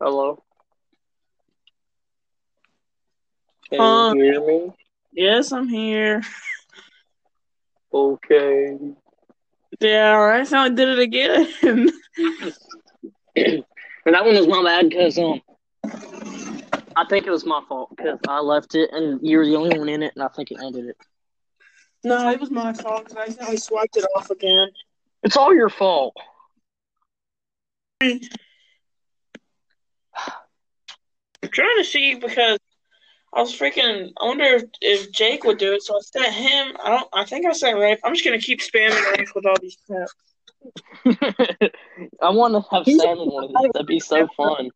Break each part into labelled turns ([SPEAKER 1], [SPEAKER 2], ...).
[SPEAKER 1] Hello. Can
[SPEAKER 2] Um,
[SPEAKER 1] you hear me?
[SPEAKER 2] Yes, I'm here.
[SPEAKER 1] Okay.
[SPEAKER 2] Yeah, all right. So I did it again.
[SPEAKER 1] and that one was my bad because um, I think it was my fault because I left it and you were the only one in it, and I think it ended it.
[SPEAKER 2] no, it was my fault 'cause I accidentally swiped it off again.
[SPEAKER 1] It's all your fault.
[SPEAKER 2] I'm trying to see because I was freaking. I wonder if, if Jake would do it. So I sent him. I don't. I think I sent Rafe. I'm just gonna keep spamming Rafe with all these crap.
[SPEAKER 1] I want to have
[SPEAKER 2] He's-
[SPEAKER 1] Sam in one of these. That'd be so fun.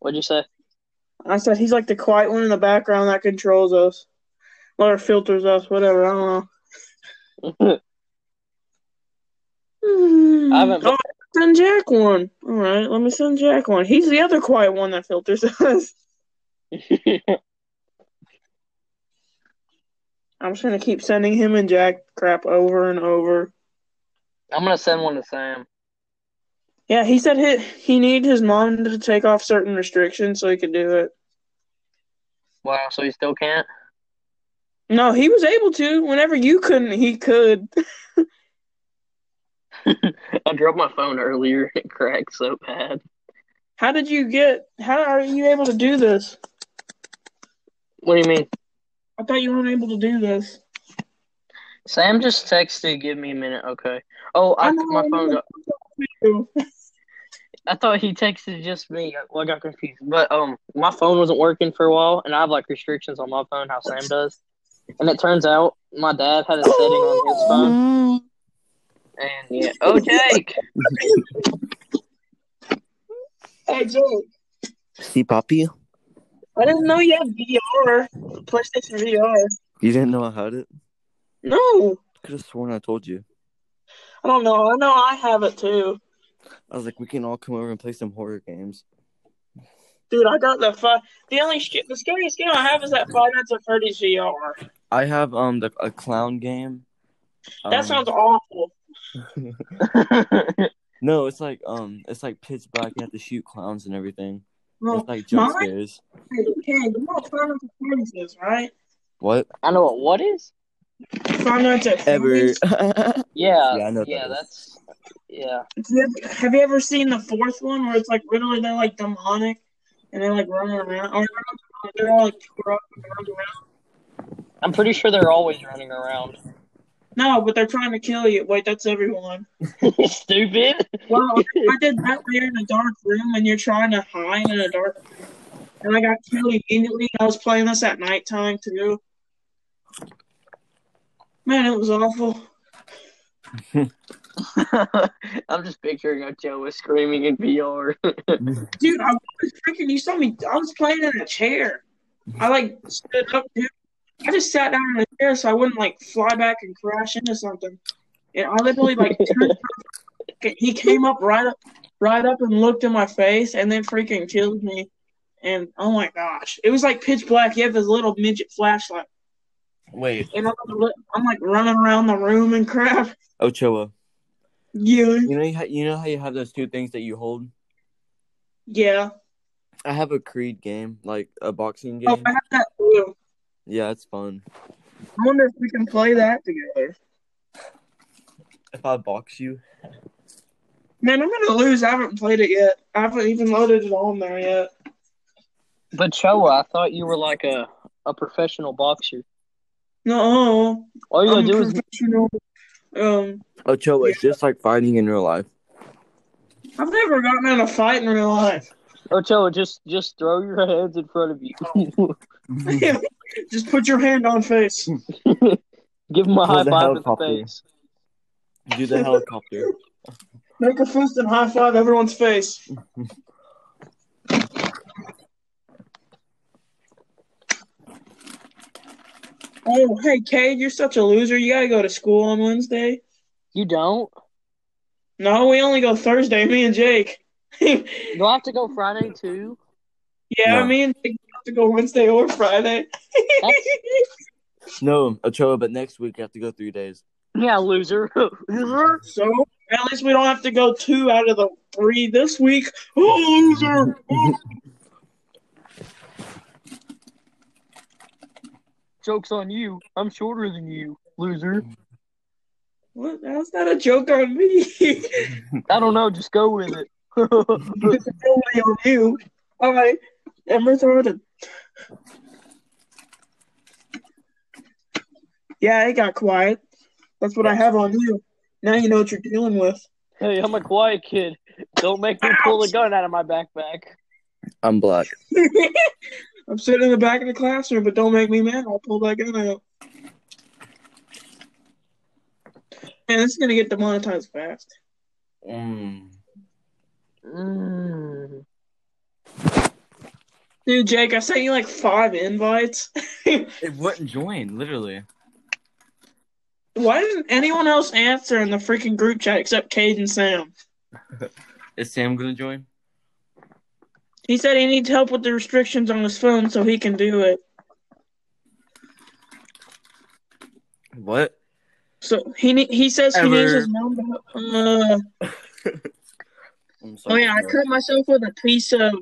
[SPEAKER 1] What'd you say?
[SPEAKER 2] I said he's like the quiet one in the background that controls us, or filters us, whatever. I don't know.
[SPEAKER 1] I haven't-
[SPEAKER 2] Oh, send Jack one. All right, let me send Jack one. He's the other quiet one that filters us. I'm just gonna keep sending him and Jack crap over and over.
[SPEAKER 1] I'm gonna send one to Sam.
[SPEAKER 2] Yeah, he said he he need his mom to take off certain restrictions so he could do it.
[SPEAKER 1] Wow. So you still can't?
[SPEAKER 2] No, he was able to. Whenever you couldn't, he could.
[SPEAKER 1] I dropped my phone earlier. It cracked so bad.
[SPEAKER 2] How did you get? How are you able to do this?
[SPEAKER 1] What do you mean?
[SPEAKER 2] I thought you weren't able to do this.
[SPEAKER 1] Sam just texted. Give me a minute, okay? Oh, I,
[SPEAKER 2] I know,
[SPEAKER 1] my
[SPEAKER 2] I
[SPEAKER 1] phone
[SPEAKER 2] know.
[SPEAKER 1] got. I thought he texted just me. Well, I got confused, but um, my phone wasn't working for a while, and I have like restrictions on my phone, how Sam does. And it turns out my dad had a setting on his phone, and yeah. Oh, Jake.
[SPEAKER 2] Hey Jake,
[SPEAKER 3] See, Poppy,
[SPEAKER 2] I didn't know you had VR, PlayStation VR.
[SPEAKER 3] you didn't know I had it.
[SPEAKER 2] No,
[SPEAKER 3] Could have sworn I told you.
[SPEAKER 2] I don't know. I know I have it too,
[SPEAKER 3] I was like, we can all come over and play some horror games.
[SPEAKER 2] dude. I got the fi- The only sc- the scariest game I have is that Five Nights at Freddy's VR.
[SPEAKER 3] I have um the, a clown game.
[SPEAKER 2] That
[SPEAKER 3] Um,
[SPEAKER 2] sounds awful.
[SPEAKER 3] no. It's like um, it's like pitch black. You have to shoot clowns and everything.
[SPEAKER 2] Well,
[SPEAKER 3] It's like jump
[SPEAKER 2] mine-
[SPEAKER 3] scares.
[SPEAKER 2] Hey, you know what Five Nights at Freddy's is, right?
[SPEAKER 3] What
[SPEAKER 1] I know what what is.
[SPEAKER 2] Five Nights at
[SPEAKER 3] ever?
[SPEAKER 2] Freddy's.
[SPEAKER 1] Yeah,
[SPEAKER 3] Yeah, I know what
[SPEAKER 1] yeah,
[SPEAKER 3] that
[SPEAKER 1] that's yeah.
[SPEAKER 2] Have you ever- Have you ever seen the fourth one where it's like literally they're like demonic and they're like running around? Or they're all like tore up and running around.
[SPEAKER 1] I'm pretty sure they're always running around.
[SPEAKER 2] No, but they're trying to kill you. Wait, that's everyone.
[SPEAKER 1] Stupid.
[SPEAKER 2] Well, I did that way in a dark room and you're trying to hide in a dark room. And I got killed immediately. I was playing this at nighttime too. Man, it was awful.
[SPEAKER 1] I'm just picturing how Joe was screaming in VR.
[SPEAKER 2] Dude, I was freaking, you saw me, I was playing in a chair. I like stood up, dude. I just sat down in a chair so I wouldn't like fly back and crash into something. And I literally like turned, he came up right up, right up and looked in my face and then freaking killed me. And oh my gosh, it was like pitch black. You have this little midget flashlight,
[SPEAKER 3] Wait,
[SPEAKER 2] and I'm, li- I'm like running around the room and crap.
[SPEAKER 3] Ochoa.
[SPEAKER 2] Yeah,
[SPEAKER 3] You know you, ha- you know how you have those two things that you hold.
[SPEAKER 2] yeah.
[SPEAKER 3] I have a Creed game, like a boxing game.
[SPEAKER 2] Oh, I have that too.
[SPEAKER 3] Yeah, it's fun.
[SPEAKER 2] I wonder if we can play that together.
[SPEAKER 3] If I box you,
[SPEAKER 2] Man, I'm gonna lose. I haven't played it yet. I haven't even loaded it on there yet.
[SPEAKER 1] But Choa, I thought you were like a, a professional boxer.
[SPEAKER 2] No,
[SPEAKER 1] All you
[SPEAKER 2] I'm
[SPEAKER 1] gotta
[SPEAKER 2] a
[SPEAKER 1] do is
[SPEAKER 2] professional. Um,
[SPEAKER 3] Ochoa, it's just like fighting in real life.
[SPEAKER 2] I've never gotten in a fight in real life.
[SPEAKER 1] oh Choa, just just throw your hands in front of you. Hmm.
[SPEAKER 2] Just put your hand on face.
[SPEAKER 1] Give him a
[SPEAKER 3] Throw
[SPEAKER 1] high
[SPEAKER 3] the
[SPEAKER 1] five in the
[SPEAKER 3] helicopter.
[SPEAKER 1] face.
[SPEAKER 3] Do the helicopter.
[SPEAKER 2] Make a fist and high five everyone's face.
[SPEAKER 1] Hmm.
[SPEAKER 2] Oh, hey, Cade, you're such a loser. You gotta go to school on Wednesday.
[SPEAKER 1] You don't?
[SPEAKER 2] No, we only go Thursday, me and Jake. yeah,
[SPEAKER 1] Do I have to go Friday too?
[SPEAKER 3] No.
[SPEAKER 2] me and Jake have to go Wednesday or Friday.
[SPEAKER 3] No, Ochoa, but next week I have to go three days.
[SPEAKER 1] Yeah, loser. Loser?
[SPEAKER 2] so, At least we don't have to go two out of the three this week. Oh, loser.
[SPEAKER 1] Joke's on you. I'm shorter than you, loser.
[SPEAKER 2] What? How's that a joke on me?
[SPEAKER 1] I don't know. Just go with it.
[SPEAKER 2] It's only on you. All right. Ember Thornton. Yeah, it got quiet. That's what I have on you. Now you know what you're dealing with.
[SPEAKER 1] hey, I'm a quiet kid. Don't make me pull a gun out of my backpack.
[SPEAKER 3] I'm black.
[SPEAKER 2] I'm sitting in the back of the classroom, but don't make me mad. I'll pull that gun out. Man, this is gonna get demonetized fast.
[SPEAKER 3] Mm.
[SPEAKER 1] Mm.
[SPEAKER 2] Dude, Jake, I sent you like five invites.
[SPEAKER 3] It wouldn't join, literally.
[SPEAKER 2] Why didn't anyone else answer in the freaking group chat except Cade and Sam?
[SPEAKER 3] Is Sam gonna join?
[SPEAKER 2] He said he needs help with the restrictions on his phone so he can do it.
[SPEAKER 3] What?
[SPEAKER 2] So he ne- he says he needs
[SPEAKER 3] Ever.
[SPEAKER 2] his number. Uh,
[SPEAKER 3] I'm
[SPEAKER 2] oh yeah, I
[SPEAKER 3] bro.
[SPEAKER 2] cut myself with a piece of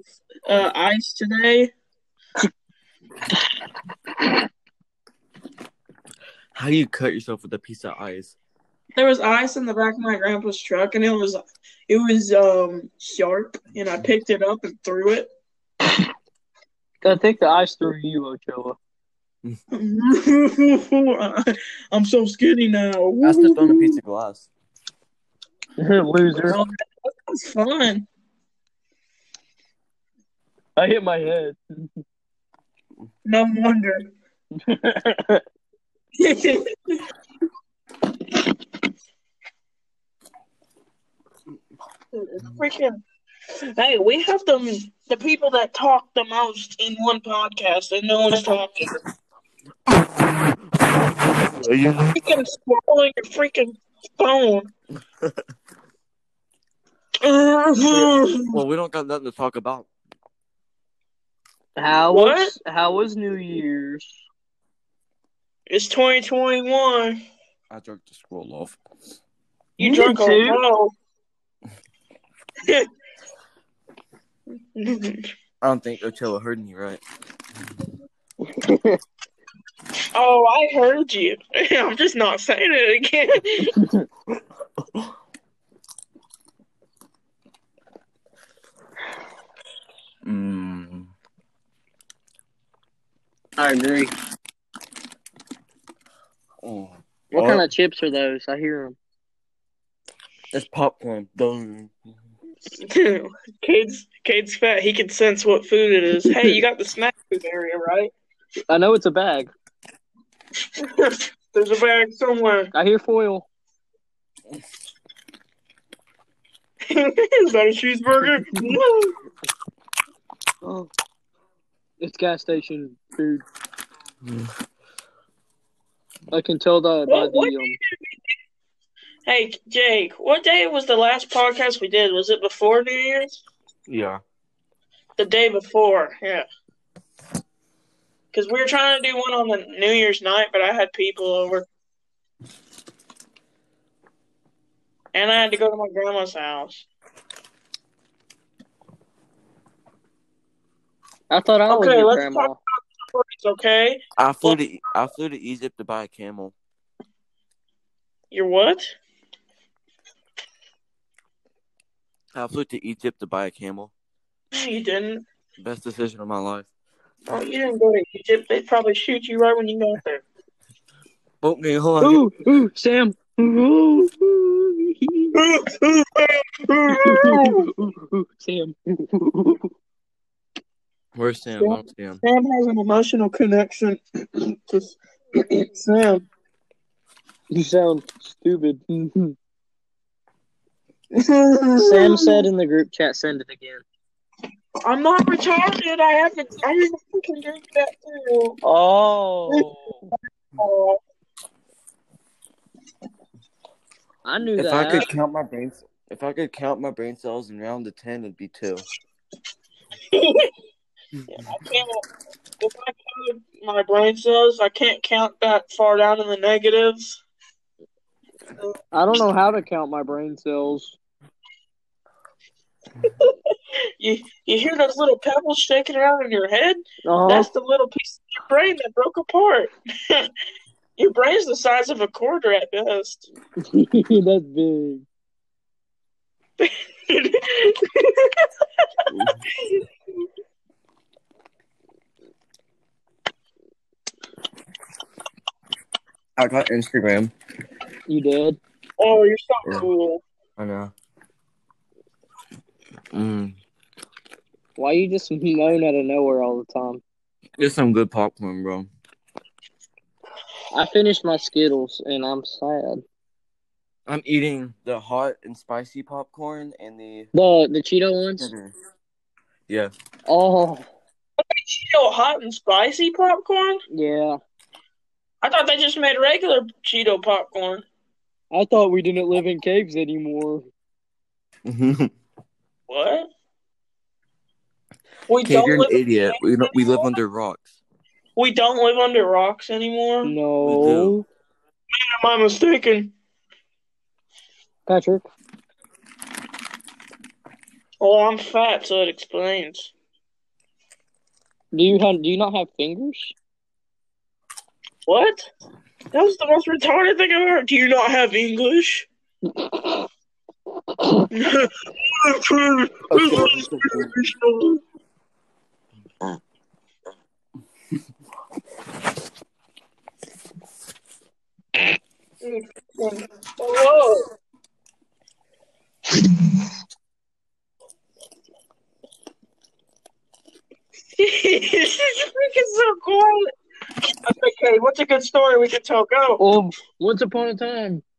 [SPEAKER 2] uh, ice today.
[SPEAKER 3] How do you cut yourself with a piece of ice?
[SPEAKER 2] There was ice in the back of my grandpa's truck, and it was it was um sharp, and I picked it up and threw it.
[SPEAKER 1] I think the ice through you, Ochoa.
[SPEAKER 2] I'm so skinny now.
[SPEAKER 3] I stepped on a piece of glass.
[SPEAKER 1] loser.
[SPEAKER 2] That was fun.
[SPEAKER 1] I hit my head.
[SPEAKER 2] No wonder. Freaking. Hey, we have the the people that talk the most in one podcast, and no one's talking. Freaking swallowing your freaking phone.
[SPEAKER 3] Well, we don't got nothing to talk about.
[SPEAKER 1] how
[SPEAKER 2] What?
[SPEAKER 1] was how was New Year's?
[SPEAKER 2] it's 2021.
[SPEAKER 3] I jerked the scroll off.
[SPEAKER 2] You
[SPEAKER 1] Me
[SPEAKER 2] drunk
[SPEAKER 1] too.
[SPEAKER 2] or no?
[SPEAKER 3] I don't think Ochoa heard me right.
[SPEAKER 2] Oh, I heard you. I'm just not saying it again.
[SPEAKER 3] Mm.
[SPEAKER 1] I agree.
[SPEAKER 3] Oh.
[SPEAKER 1] What
[SPEAKER 3] Oh,
[SPEAKER 1] kind of chips are those? I hear them.
[SPEAKER 3] It's popcorn. Dun.
[SPEAKER 2] Cade's, Cade's fat. He can sense what food it is. Hey, you got the snack food area, right?
[SPEAKER 1] I know it's a bag.
[SPEAKER 2] There's a bag somewhere.
[SPEAKER 1] I hear foil.
[SPEAKER 2] is that a cheeseburger? No.
[SPEAKER 1] Oh. It's gas station food. I can tell that by
[SPEAKER 2] What- what?
[SPEAKER 1] the um,
[SPEAKER 2] hey, Jake, what day was the last podcast we did? Was it before New Year's?
[SPEAKER 3] Yeah.
[SPEAKER 2] The day before, yeah. Because we were trying to do one on the New Year's night, but I had people over. And I had to go to my grandma's house.
[SPEAKER 1] I thought I was
[SPEAKER 2] Okay,
[SPEAKER 1] your
[SPEAKER 2] let's
[SPEAKER 1] grandma.
[SPEAKER 2] It's okay.
[SPEAKER 3] I flew to E, I flew to Egypt to buy a camel.
[SPEAKER 2] You're what?
[SPEAKER 3] I flew to Egypt to buy a camel.
[SPEAKER 2] No, you didn't.
[SPEAKER 3] Best decision of my life.
[SPEAKER 2] Oh, you didn't go to Egypt. They'd probably shoot you right when you got there.
[SPEAKER 3] Okay, hold on.
[SPEAKER 1] Ooh, ooh, Sam. Ooh, ooh, ooh, ooh, ooh, Sam.
[SPEAKER 3] Where's Sam? I don't see him.
[SPEAKER 2] Sam has an emotional connection to Sam.
[SPEAKER 1] You sound stupid. Sam said in the group chat, send it again.
[SPEAKER 2] I'm not retarded. I haven't. I didn't fucking do that too.
[SPEAKER 1] Oh. I knew
[SPEAKER 3] If I
[SPEAKER 1] that.
[SPEAKER 3] could count my brain, if I could count my brain cells and round to ten, it'd be two.
[SPEAKER 2] I can't. If I count my brain cells, I can't count that far down in the negatives.
[SPEAKER 1] I don't know how to count my brain cells.
[SPEAKER 2] You you hear those little pebbles shaking around in your head?
[SPEAKER 1] Uh-huh.
[SPEAKER 2] That's the little piece of your brain that broke apart. your brain's the size of a quarter at best.
[SPEAKER 1] That's big.
[SPEAKER 3] I got Instagram.
[SPEAKER 1] You did?
[SPEAKER 2] oh, you're so
[SPEAKER 3] Yeah.
[SPEAKER 2] cool.
[SPEAKER 3] I know. Mm.
[SPEAKER 1] Why you just moan out of nowhere all the time?
[SPEAKER 3] It's some good popcorn, bro.
[SPEAKER 1] I finished my Skittles and I'm sad.
[SPEAKER 3] I'm eating the hot and spicy popcorn and the
[SPEAKER 1] The the Cheeto ones?
[SPEAKER 3] cheddar. Yeah.
[SPEAKER 1] Oh
[SPEAKER 2] Cheeto hot and spicy popcorn?
[SPEAKER 1] yeah.
[SPEAKER 2] I thought they just made regular Cheeto popcorn.
[SPEAKER 1] I thought we didn't live in caves anymore.
[SPEAKER 2] What? We
[SPEAKER 3] Kid,
[SPEAKER 2] don't
[SPEAKER 3] you're an
[SPEAKER 2] live,
[SPEAKER 3] idiot. We don't, we live under rocks.
[SPEAKER 2] we don't live under rocks anymore.
[SPEAKER 3] Mm.
[SPEAKER 2] Am
[SPEAKER 1] No.
[SPEAKER 2] I mistaken?
[SPEAKER 1] Patrick.
[SPEAKER 2] Well, Oh, I'm fat, so it explains.
[SPEAKER 1] Do you have do you not have fingers?
[SPEAKER 2] What? That was the most retarded thing I've ever. Do you not have English? Whoa. He's freaking so quiet. Okay, what's a good story we can tell? Go.
[SPEAKER 1] Oh once upon a time.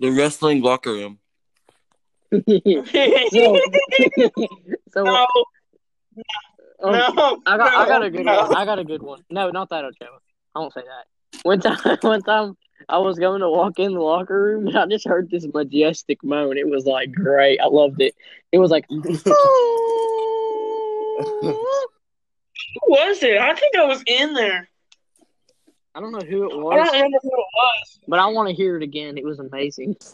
[SPEAKER 3] The wrestling locker room.
[SPEAKER 1] so
[SPEAKER 2] no,
[SPEAKER 1] so
[SPEAKER 2] no,
[SPEAKER 1] um, Oh. I got I got a good
[SPEAKER 2] no.
[SPEAKER 1] one. I got a good one. No, not that Ochoa. I won't say that. One time one time I was going to walk in the locker room and I just heard this majestic moan. It was like great. I loved it. It was like
[SPEAKER 2] Who was it? I think I was in there.
[SPEAKER 1] I don't know who it
[SPEAKER 2] I don't
[SPEAKER 1] was,
[SPEAKER 2] remember who it was.
[SPEAKER 1] but I want to hear it again. It was amazing.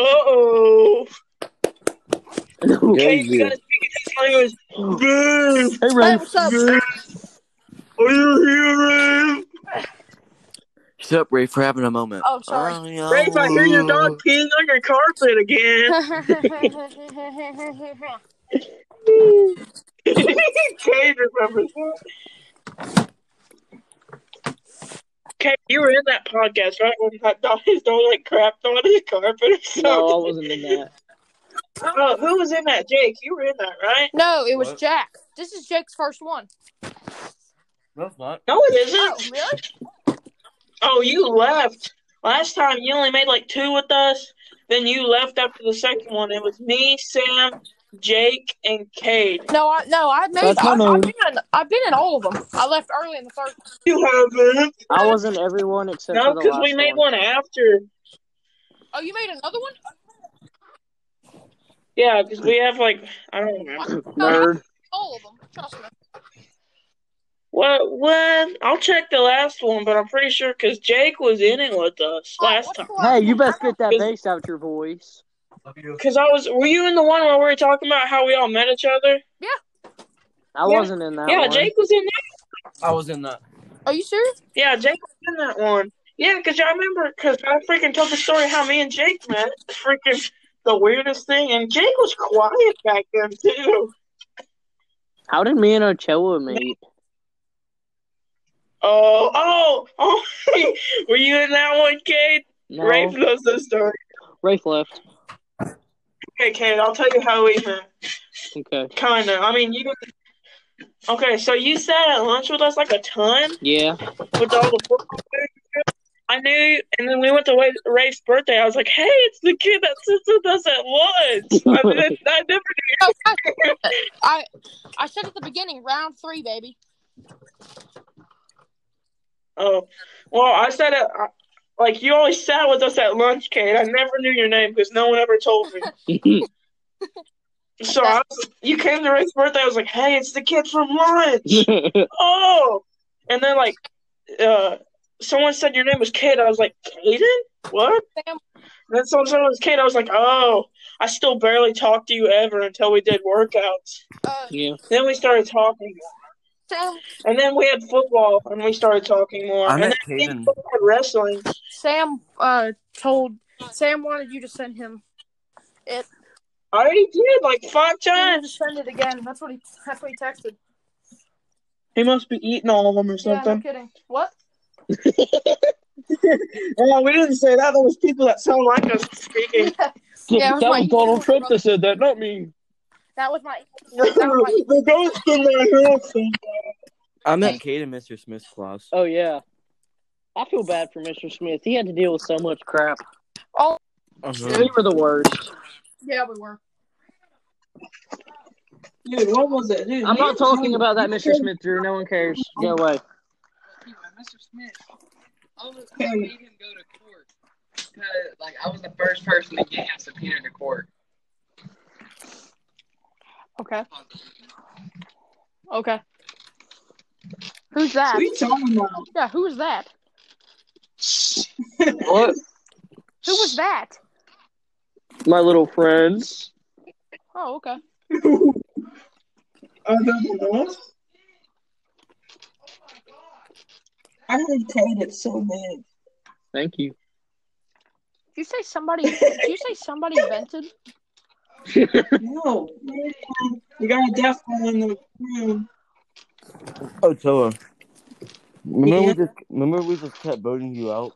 [SPEAKER 2] Uh oh.
[SPEAKER 1] hey,
[SPEAKER 2] Okay, you
[SPEAKER 3] yeah.
[SPEAKER 2] gotta speak in this language. Babe,
[SPEAKER 1] Ren.
[SPEAKER 2] babe, are you here, Rafe?
[SPEAKER 3] Shut up, Ray, for having a moment.
[SPEAKER 4] Oh, sorry.
[SPEAKER 3] Oh, yeah.
[SPEAKER 2] Rafe, I hear your
[SPEAKER 3] Oh.
[SPEAKER 2] dog peeing on your carpet again. Kate remembers that. Kate, you were in that podcast, right? When that dog, his dog like crapped on his carpet or something.
[SPEAKER 1] No, I wasn't in that.
[SPEAKER 2] Oh, who was in that? Jake, you were in that, right?
[SPEAKER 4] no, it was
[SPEAKER 3] What?
[SPEAKER 4] Jack. This is Jake's first one.
[SPEAKER 3] No, it's not.
[SPEAKER 2] No, it isn't.
[SPEAKER 4] Oh,
[SPEAKER 2] Oh,
[SPEAKER 4] really?
[SPEAKER 2] you left. Last time you only made like two with us. Then you left after the second one. It was me, Sam, Jake, and Cade.
[SPEAKER 4] No, I no, I made.
[SPEAKER 1] That's
[SPEAKER 4] I,
[SPEAKER 1] my
[SPEAKER 4] I've
[SPEAKER 1] name.
[SPEAKER 4] been in. I've been in all of them. I left early in the third.
[SPEAKER 2] You haven't.
[SPEAKER 1] I was in everyone except
[SPEAKER 2] No,
[SPEAKER 1] for the
[SPEAKER 2] because
[SPEAKER 1] last
[SPEAKER 2] we made
[SPEAKER 1] one.
[SPEAKER 2] one after.
[SPEAKER 4] Oh, you made another one?
[SPEAKER 2] Yeah, because we have like I don't remember.
[SPEAKER 1] Nerd.
[SPEAKER 4] All of them. Trust me.
[SPEAKER 2] What? What? I'll check the last one, but I'm pretty sure because Jake was in it with us
[SPEAKER 1] Oh,
[SPEAKER 2] last time.
[SPEAKER 1] Hey, you best get that
[SPEAKER 2] Is-
[SPEAKER 1] bass out your voice.
[SPEAKER 2] Because I was. Were you in the one where we were talking about how we all met each other?
[SPEAKER 1] I
[SPEAKER 2] Yeah.
[SPEAKER 1] wasn't in that
[SPEAKER 2] yeah,
[SPEAKER 1] one.
[SPEAKER 2] Jake was in that.
[SPEAKER 3] I was in that.
[SPEAKER 4] Are you serious?
[SPEAKER 2] Yeah, Jake was in that one. Yeah, because I remember because I freaking told the story how me and Jake met. It's freaking the weirdest thing, and Jake was quiet back then too.
[SPEAKER 1] How did me and Ochoa meet?
[SPEAKER 2] Oh, oh, oh! were you in that one, Kate?
[SPEAKER 1] No,
[SPEAKER 2] Rafe
[SPEAKER 1] Rafe,
[SPEAKER 2] knows the story.
[SPEAKER 1] left.
[SPEAKER 2] Okay, Kate, I'll tell you how we met.
[SPEAKER 1] Okay.
[SPEAKER 2] Kinda. I mean, you. didn't- Okay, so you sat at lunch with us like a ton
[SPEAKER 1] Yeah.
[SPEAKER 2] with all the football players. I knew, and then we went to Wa- Rafe's birthday. I was like, "Hey, it's the kid that sits with us at lunch." I, didn't- I never
[SPEAKER 4] No, I, I I said at the beginning, round three, baby.
[SPEAKER 2] Oh, well, I said it. I- Like you always sat with us at lunch, Kate. I never knew your name because no one ever told me. So I was, you came to Rafe's birthday. I was like, "Hey, it's the kid from lunch."
[SPEAKER 1] yeah.
[SPEAKER 2] Oh, and then like uh, someone said your name was Kate. I was like, Kaden? What?
[SPEAKER 4] Sam-
[SPEAKER 2] Then someone said it was Kate. I was like, oh, I still barely talked to you ever until we did workouts.
[SPEAKER 4] Uh,
[SPEAKER 1] Yeah.
[SPEAKER 2] Then we started talking.
[SPEAKER 4] Sam,
[SPEAKER 2] And then we had football, and we started talking more.
[SPEAKER 3] I
[SPEAKER 2] and
[SPEAKER 3] met
[SPEAKER 2] then we
[SPEAKER 3] Caden.
[SPEAKER 2] had wrestling.
[SPEAKER 4] Sam uh, told Sam wanted you to send him.
[SPEAKER 2] I already did like five
[SPEAKER 4] He wanted
[SPEAKER 2] times.
[SPEAKER 4] to send it again. That's what he. That's what he texted.
[SPEAKER 2] He must be eating all of them or
[SPEAKER 4] Yeah, no
[SPEAKER 2] something.
[SPEAKER 4] kidding. What?
[SPEAKER 2] Oh, we didn't say that. There was people that sound like us speaking.
[SPEAKER 4] Yeah, it was
[SPEAKER 1] that
[SPEAKER 4] my-
[SPEAKER 1] was Donald Trump that said that, not me.
[SPEAKER 4] That was my.
[SPEAKER 2] They're
[SPEAKER 4] That was my
[SPEAKER 2] going to my house.
[SPEAKER 3] I met Caden, Mr. Smith's class.
[SPEAKER 1] Oh yeah. I feel bad for Mr. Smith. He had to deal with so much crap.
[SPEAKER 4] oh
[SPEAKER 3] Hmm.
[SPEAKER 1] We were the worst.
[SPEAKER 4] yeah, we were.
[SPEAKER 2] Dude, what was it? Dude,
[SPEAKER 1] I'm
[SPEAKER 2] me
[SPEAKER 1] not
[SPEAKER 2] and
[SPEAKER 1] talking
[SPEAKER 2] Cody-
[SPEAKER 1] about that, Mr. Smith, Drew. No one cares. Get away.
[SPEAKER 5] Mr. Smith. I was I made him go to court. 'Cause, Like I was the first person to get him subpoenaed to court.
[SPEAKER 4] Okay. Okay. Who's that?
[SPEAKER 2] What are you talking about?
[SPEAKER 4] Yeah, who was that?
[SPEAKER 1] What?
[SPEAKER 4] Who was that?
[SPEAKER 1] My little friends.
[SPEAKER 4] Oh, okay.
[SPEAKER 2] I don't know. I heard Kate it's so big.
[SPEAKER 1] Thank you.
[SPEAKER 4] Did you say somebody? did you say somebody vented?
[SPEAKER 2] No, man. we got a deaf one in the room.
[SPEAKER 3] Oh, Toa. Remember,
[SPEAKER 2] Yeah.
[SPEAKER 3] we just, remember we just kept voting you out?